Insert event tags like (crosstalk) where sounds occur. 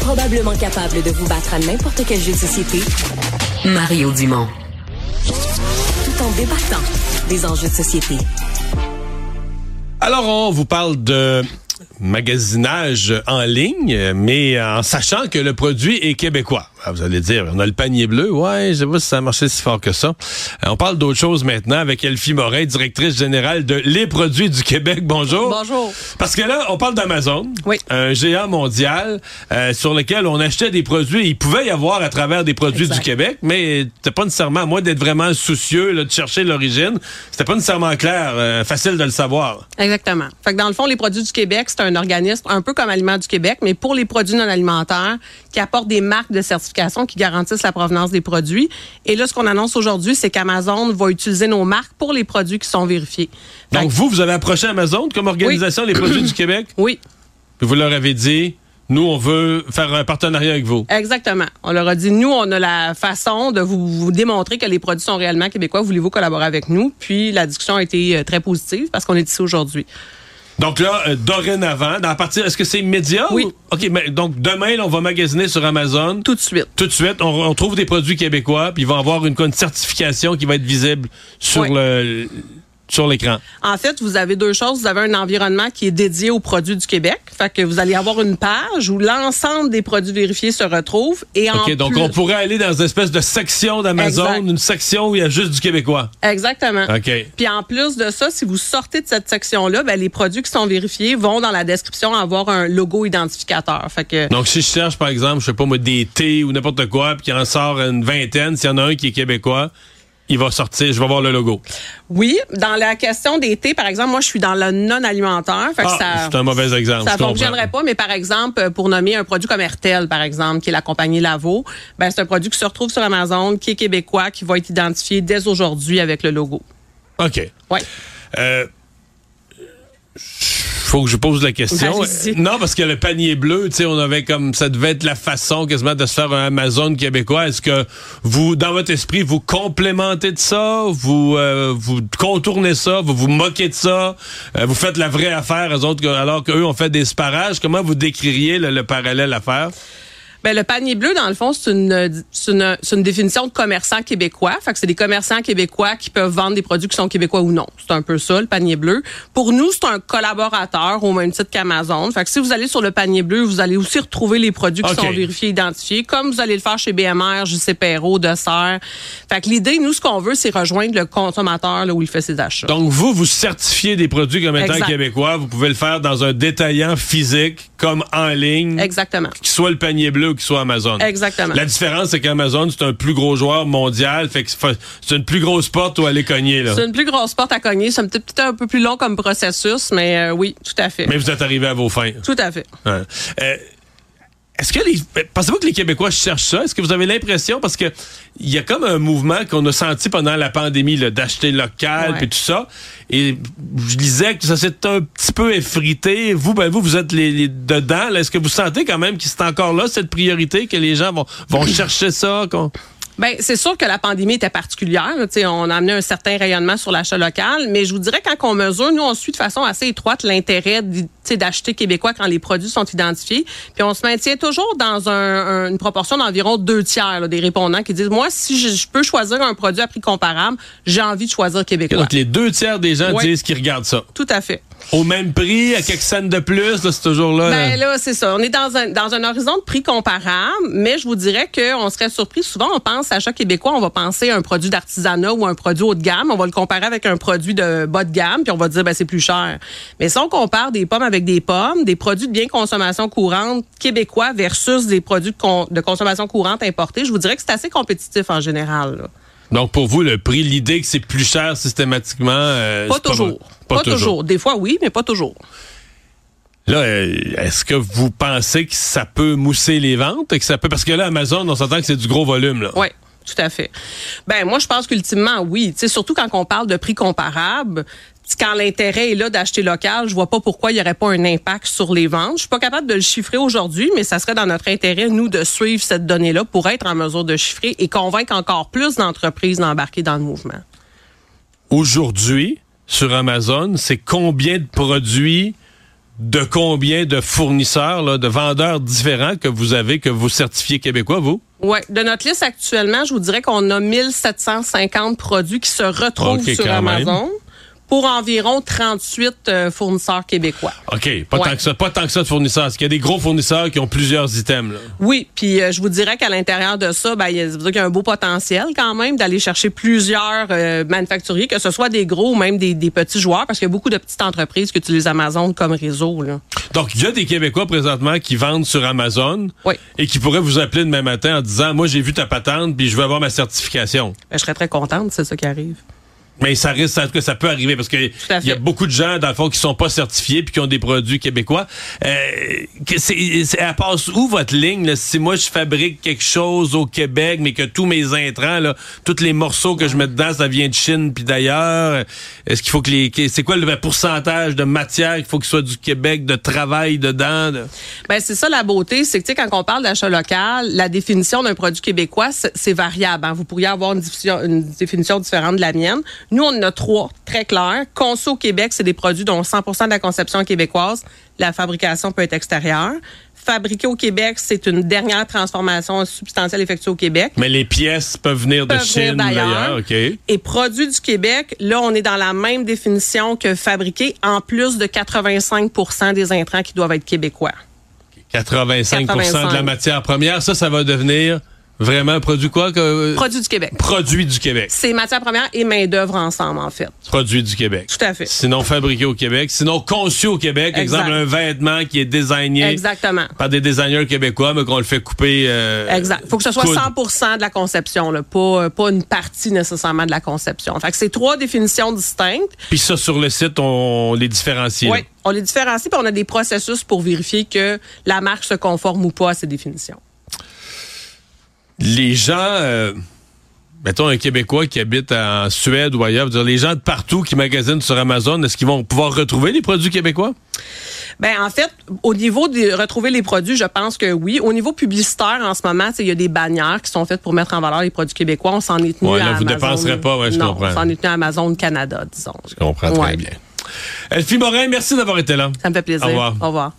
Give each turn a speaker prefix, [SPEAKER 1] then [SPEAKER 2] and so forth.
[SPEAKER 1] probablement capable de vous battre à n'importe quel jeu de société,
[SPEAKER 2] Mario Dumont.
[SPEAKER 1] tout en débattant des enjeux de société.
[SPEAKER 3] Alors, on vous parle de magasinage en ligne, mais en sachant que le produit est québécois. Ah, Vous allez dire, on a le panier bleu. Ouais, je sais pas si ça a marché si fort que ça. Euh, On parle d'autre chose maintenant avec Elfie Morin, directrice générale de Les Produits du Québec. Bonjour.
[SPEAKER 4] Bonjour.
[SPEAKER 3] Parce que là, on parle d'Amazon,
[SPEAKER 4] Oui.
[SPEAKER 3] un géant mondial euh, sur lequel on achetait des produits. Il pouvait y avoir à travers des produits
[SPEAKER 4] Exact.
[SPEAKER 3] du Québec, mais t'as pas nécessairement, à moins d'être vraiment soucieux là, de chercher l'origine, c'était pas nécessairement clair, euh, facile de le savoir.
[SPEAKER 4] Exactement. Fait que dans le fond, les produits du Québec, c'est un organisme un peu comme Aliments du Québec, mais pour les produits non alimentaires qui apportent des marques de certification qui garantissent la provenance des produits. Et là, ce qu'on annonce aujourd'hui, c'est qu'Amazon va utiliser nos marques pour les produits qui sont vérifiés. Fait
[SPEAKER 3] Donc
[SPEAKER 4] que-
[SPEAKER 3] vous, vous avez approché Amazon comme organisation Les Produits du Québec,
[SPEAKER 4] oui,
[SPEAKER 3] puis (clears throat) vous leur avez dit, nous, on veut faire un partenariat avec vous.
[SPEAKER 4] exactement. On leur a dit, nous, on a la façon de vous, vous démontrer que les produits sont réellement québécois. Voulez-vous collaborer avec nous? Puis la discussion a été euh, très positive parce qu'on est ici aujourd'hui.
[SPEAKER 3] Donc là, euh, dorénavant, dans la partie, est-ce que c'est média?
[SPEAKER 4] Oui.
[SPEAKER 3] ou- OK, mais donc demain, là, on va magasiner sur Amazon.
[SPEAKER 4] Tout de suite.
[SPEAKER 3] tout de suite, on, on trouve des produits québécois, puis il va avoir une, une certification qui va être visible sur
[SPEAKER 4] Ouais.
[SPEAKER 3] le sur l'écran.
[SPEAKER 4] En fait, vous avez deux choses. Vous avez un environnement qui est dédié aux produits du Québec. Fait que vous allez avoir une page où l'ensemble des produits vérifiés se retrouvent. Et en
[SPEAKER 3] OK, donc
[SPEAKER 4] plus-
[SPEAKER 3] on pourrait aller dans une espèce de section d'Amazon,
[SPEAKER 4] Exact.
[SPEAKER 3] une section où il y a juste du québécois.
[SPEAKER 4] Exactement.
[SPEAKER 3] OK.
[SPEAKER 4] Puis en plus de ça, si vous sortez de cette section-là, ben, les produits qui sont vérifiés vont dans la description avoir un logo identificateur. Fait que
[SPEAKER 3] Donc si je cherche par exemple, je sais pas moi des thés ou n'importe quoi, puis qu'il en sort une vingtaine, s'il y en a un qui est québécois, il va sortir, je vais voir le logo.
[SPEAKER 4] oui, dans la question des thés, par exemple, moi je suis dans le non alimentaire. Fait que
[SPEAKER 3] Ah,
[SPEAKER 4] ça,
[SPEAKER 3] c'est un mauvais exemple,
[SPEAKER 4] Ça
[SPEAKER 3] je comprends.
[SPEAKER 4] fonctionnerait pas, mais par exemple, euh, pour nommer un produit comme Hertel, par exemple, qui est la compagnie Lavo, ben, c'est un produit qui se retrouve sur Amazon, qui est québécois, qui va être identifié dès aujourd'hui avec le logo.
[SPEAKER 3] OK.
[SPEAKER 4] Ouais.
[SPEAKER 3] Euh, faut que je pose la question.
[SPEAKER 4] Allez-y.
[SPEAKER 3] Euh, Non, parce que le panier bleu, tu sais, on avait comme ça devait être la façon quasiment de se faire un Amazon québécois. Est-ce que vous, dans votre esprit, vous complémentez de ça, vous euh, vous contournez ça, vous vous moquez de ça, euh, vous faites la vraie affaire, eux autres, que- alors qu'eux ont fait des sparages. Comment vous décririez le, le parallèle à faire
[SPEAKER 4] Ben, le panier bleu, dans le fond, c'est une, c'est une, c'est une définition de commerçant québécois. Fait que c'est des commerçants québécois qui peuvent vendre des produits qui sont québécois ou non. C'est un peu ça, le panier bleu. Pour nous, c'est un collaborateur au même titre qu'Amazon. Fait que si vous allez sur le panier bleu, vous allez aussi retrouver les produits qui
[SPEAKER 3] OK.
[SPEAKER 4] sont vérifiés, identifiés, comme vous allez le faire chez BMR, JC Perrault, Dessert. Fait que l'idée, nous, ce qu'on veut, c'est rejoindre le consommateur là, où il fait ses achats.
[SPEAKER 3] Donc vous, vous certifiez des produits comme étant
[SPEAKER 4] Exact.
[SPEAKER 3] québécois. Vous pouvez le faire dans un détaillant physique comme en ligne.
[SPEAKER 4] Exactement.
[SPEAKER 3] qu'il soit le panier bleu ou qu'il soit Amazon.
[SPEAKER 4] Exactement.
[SPEAKER 3] La différence, c'est qu'Amazon, c'est un plus gros joueur mondial, fait que c'est fa- c'est une plus grosse porte où aller cogner, là.
[SPEAKER 4] C'est une plus grosse porte à cogner. C'est un petit- peut-être un peu plus long comme processus, mais euh, oui, tout à fait.
[SPEAKER 3] Mais vous êtes arrivé à vos fins.
[SPEAKER 4] Tout à fait.
[SPEAKER 3] Hein. Euh, Est-ce que les. euh, Pensez-vous que les Québécois cherchent ça? Est-ce que vous avez l'impression? Parce que il y a comme un mouvement qu'on a senti pendant la pandémie, là, d'acheter local
[SPEAKER 4] Ouais.
[SPEAKER 3] puis tout ça. Et je disais que ça s'est un petit peu effrité. Vous, ben vous, vous êtes les, les dedans. là. Est-ce que vous sentez quand même que c'est encore là, cette priorité, que les gens vont,
[SPEAKER 4] (clears throat)
[SPEAKER 3] vont chercher ça? qu'on-
[SPEAKER 4] Ben, c'est sûr que la pandémie était particulière. là. Tu sais, on a amené un certain rayonnement sur l'achat local, mais je vous dirais quand on mesure, nous on suit de façon assez étroite l'intérêt d'y- tu sais, d'acheter québécois quand les produits sont identifiés. Puis on se maintient toujours dans un- un- une proportion d'environ deux tiers là, des répondants qui disent moi si je, je peux choisir un produit à prix comparable, j'ai envie de choisir québécois.
[SPEAKER 3] Donc, les deux tiers des gens
[SPEAKER 4] Ouais.
[SPEAKER 3] disent qu'ils regardent ça.
[SPEAKER 4] Tout à fait.
[SPEAKER 3] Au même prix, à quelques cents de plus, là, c'est toujours là. là.
[SPEAKER 4] Ben là, c'est ça. On est dans un, dans un horizon de prix comparable, mais je vous dirais qu'on serait surpris. Souvent, on pense à achat québécois, on va penser à un produit d'artisanat ou un produit haut de gamme. On va le comparer avec un produit de bas de gamme, puis on va dire, ben, c'est plus cher. Mais si on compare des pommes avec des pommes, des produits de bien consommation courante québécois versus des produits de, con- de consommation courante importés, je vous dirais que c'est assez compétitif en général. là.
[SPEAKER 3] Donc, pour vous, le prix, l'idée que c'est plus cher systématiquement. euh,
[SPEAKER 4] Pas
[SPEAKER 3] c'est
[SPEAKER 4] toujours.
[SPEAKER 3] vrai.
[SPEAKER 4] Pas, toujours. Des fois, oui, mais pas toujours.
[SPEAKER 3] Là, euh, est-ce que vous pensez que ça peut mousser les ventes? et Que ça peut... Parce que là, Amazon, on s'entend que c'est du gros volume. Là.
[SPEAKER 4] Oui, tout à fait. Ben moi, je pense qu'ultimement, oui. Tu sais, surtout quand on parle de prix comparable, tu- quand l'intérêt est là d'acheter local, je vois pas pourquoi il n'y aurait pas un impact sur les ventes. Je suis pas capable de le chiffrer aujourd'hui, mais ça serait dans notre intérêt, nous, de suivre cette donnée-là pour être en mesure de chiffrer et convaincre encore plus d'entreprises d'embarquer dans le mouvement.
[SPEAKER 3] Aujourd'hui, sur Amazon, c'est combien de produits de combien de fournisseurs, là, de vendeurs différents que vous avez, que vous certifiez québécois, vous?
[SPEAKER 4] Oui, de notre liste actuellement, je vous dirais qu'on a 1750 produits qui se retrouvent
[SPEAKER 3] Ok,
[SPEAKER 4] sur
[SPEAKER 3] quand
[SPEAKER 4] Amazon pour environ 38 euh, fournisseurs québécois.
[SPEAKER 3] OK, pas,
[SPEAKER 4] Ouais.
[SPEAKER 3] tant que ça, pas tant que ça de fournisseurs. Parce qu'il y a des gros fournisseurs qui ont plusieurs items. Là.
[SPEAKER 4] Oui, puis euh, je vous dirais qu'à l'intérieur de ça, ben, il y a- ça veut dire qu'il y a un beau potentiel quand même d'aller chercher plusieurs euh, manufacturiers, que ce soit des gros ou même des, des petits joueurs, parce qu'il y a beaucoup de petites entreprises qui utilisent Amazon comme réseau. Là.
[SPEAKER 3] Donc, il y a des Québécois présentement qui vendent sur Amazon
[SPEAKER 4] Oui.
[SPEAKER 3] et qui pourraient vous appeler demain matin en disant, moi, j'ai vu ta patente, puis je veux avoir ma certification.
[SPEAKER 4] Ben, je serais très contente, c'est ça qui arrive.
[SPEAKER 3] Mais ça risque, en tout cas, ça peut arriver parce que
[SPEAKER 4] à
[SPEAKER 3] il y a
[SPEAKER 4] fait.
[SPEAKER 3] beaucoup de gens, dans le fond, qui sont pas certifiés puis qui ont des produits québécois. Euh, que c'est, c'est- elle passe où votre ligne? là? Si moi, je fabrique quelque chose au Québec, mais que tous mes intrants, là, tous les morceaux que je mets dedans, ça vient de Chine puis d'ailleurs, est-ce qu'il faut que les... que- C'est quoi le pourcentage de matière qu'il faut qu'il soit du Québec, de travail dedans? là?
[SPEAKER 4] Ben c'est ça la beauté, c'est que tu sais, quand on parle d'achat local, la définition d'un produit québécois c'est c'est variable. hein. Vous pourriez avoir une, diffusion- une définition différente de la mienne. Nous, on en a trois très claires. Conso au Québec, c'est des produits dont 100% de la conception est québécoise, la fabrication peut être extérieure. Fabriqué au Québec, c'est une dernière transformation substantielle effectuée au Québec.
[SPEAKER 3] Mais les pièces peuvent venir de
[SPEAKER 4] Peuvent venir
[SPEAKER 3] Chine
[SPEAKER 4] d'ailleurs.
[SPEAKER 3] d'ailleurs, OK.
[SPEAKER 4] Et produit du Québec, là, on est dans la même définition que fabriqué, en plus de 85 des intrants qui doivent être québécois.
[SPEAKER 3] 85, de la
[SPEAKER 4] 85.
[SPEAKER 3] matière première, ça, ça va devenir vraiment un produit quoi? Que... euh,
[SPEAKER 4] Produit du Québec.
[SPEAKER 3] Produit du Québec.
[SPEAKER 4] C'est matière première et main-d'œuvre ensemble, en fait.
[SPEAKER 3] Produit du Québec.
[SPEAKER 4] Tout à fait.
[SPEAKER 3] Sinon fabriqué au Québec. Sinon conçu au Québec.
[SPEAKER 4] Exact.
[SPEAKER 3] Exemple, un vêtement qui est designé
[SPEAKER 4] Exactement.
[SPEAKER 3] par des designers québécois, mais qu'on le fait couper. euh,
[SPEAKER 4] Exact. Faut que ce soit
[SPEAKER 3] coude.
[SPEAKER 4] 100 de la conception, là, pas, euh, pas une partie nécessairement de la conception. Fait que c'est trois définitions distinctes.
[SPEAKER 3] Puis ça, sur le site, on, les différencie.
[SPEAKER 4] Oui. On les différencie, puis on a des processus pour vérifier que la marque se conforme ou pas à ces définitions.
[SPEAKER 3] Les gens, euh, mettons un Québécois qui habite en Suède ou ailleurs, je veux dire, les gens de partout qui magasinent sur Amazon, est-ce qu'ils vont pouvoir retrouver les produits québécois?
[SPEAKER 4] Ben en fait, au niveau de retrouver les produits, je pense que oui. Au niveau publicitaire, en ce moment, tu sais, il y a des bannières qui sont faites pour mettre en valeur les produits québécois. On s'en est tenu
[SPEAKER 3] Ouais, là,
[SPEAKER 4] à
[SPEAKER 3] vous
[SPEAKER 4] Amazon.
[SPEAKER 3] dépenserez pas, ouais, je
[SPEAKER 4] non,
[SPEAKER 3] comprends.
[SPEAKER 4] On s'en est tenu à Amazon Canada, disons.
[SPEAKER 3] Je comprends très
[SPEAKER 4] Ouais.
[SPEAKER 3] bien. Elfie Morin, merci d'avoir été là.
[SPEAKER 4] Ça me fait plaisir.
[SPEAKER 3] Au revoir.
[SPEAKER 4] Au revoir.